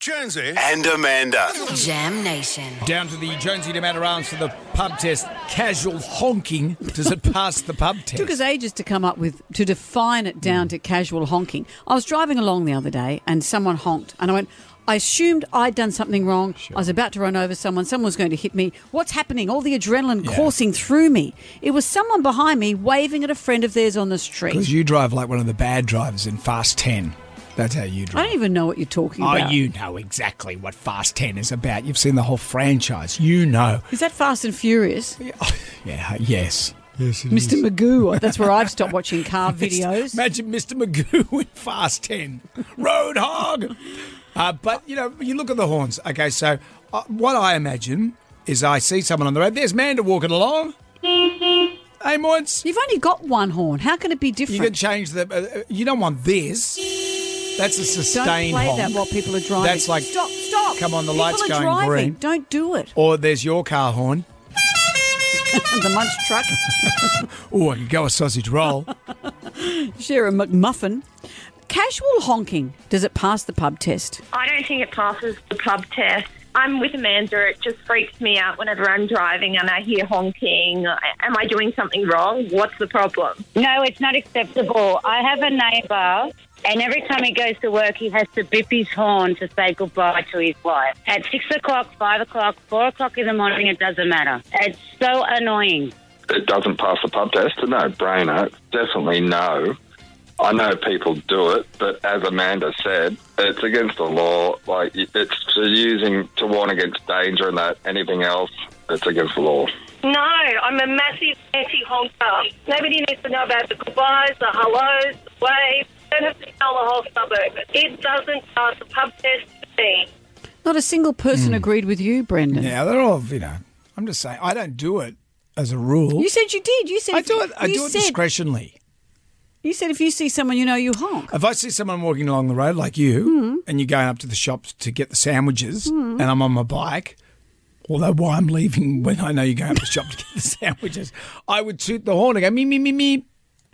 Jonesy. and Amanda. Jam Nation. Down to the Jonesy to Matarans for the pub test. Casual honking. Does it pass the pub test? took us ages to come up with to define it Hmm. down to casual honking. I was driving along the other day and someone honked, and I went. I assumed I'd done something wrong. I was about to run over someone. Someone was going to hit me. What's happening? All the adrenaline coursing through me. It was someone behind me waving at a friend of theirs on the street. Because you drive like one of the bad drivers in Fast 10. That's how you I drive. don't even know what you're talking Oh, about. you know exactly what Fast 10 is about. You've seen the whole franchise. You know. Is that Fast and Furious? Yeah, uh, yes. Mr. Magoo. That's where I've stopped watching car videos. Imagine Mr. Magoo in Fast 10. Road hog. Uh, but, you know, you look at the horns. Okay, so uh, what I imagine is I see someone on the road. There's Manda walking along. Hey, Moins. You've only got one horn. How can it be You can different? change the. Uh, uh, you don't want this. That's a Don't play sustained that honk. while people are driving. That's like, stop, stop. come on, the People light's are going driving. green. Don't do it. Or there's your car horn. the munch truck, Oh, I could go a sausage roll. share a McMuffin. Casual honking. Does it pass the pub test? I don't think it passes the pub test. I'm with Amanda. It just freaks me out whenever I'm driving and I hear honking. Am I doing something wrong? What's the problem? No, it's not acceptable. I have a neighbour, and every time he goes to work, he has to bip his horn to say goodbye to his wife. At six o'clock, five o'clock, four o'clock in the morning, it doesn't matter. It's so annoying. it doesn't pass the pub test. A no brainer. Definitely no. I know people do it, but as Amanda said, it's against the law. Like it's to using to warn against danger and that anything else, it's against the law. No, I'm a massive anti honker. Nobody needs to know about the goodbyes, the hellos, the waves. Don't have to tell the whole suburb. It doesn't pass the pub test to me. Not a single person agreed with you, Brendan. Hmm. yeah, they're all, you know, I'm just saying, I don't do it as a rule. You said you did. You said I if- do it, I you do it said, discretionally. You said if you see someone you know, you honk. If I see someone walking along the road like Mm-hmm. you, and you're going up to the shops to get the sandwiches, and I'm on my bike, although why I'm leaving when I know you're going up to the shop to get the sandwiches, I would toot the horn and go, me, me, me, me.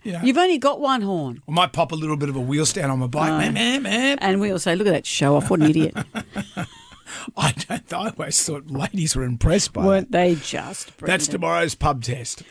You've only got one horn. I might pop a little bit of a wheel stand on my bike. Oh. Meh, meh, meh. And we all say, look at that show off. What an idiot. I don't. I always thought ladies were impressed by that. Weren't they just, Brendan? That's tomorrow's pub test.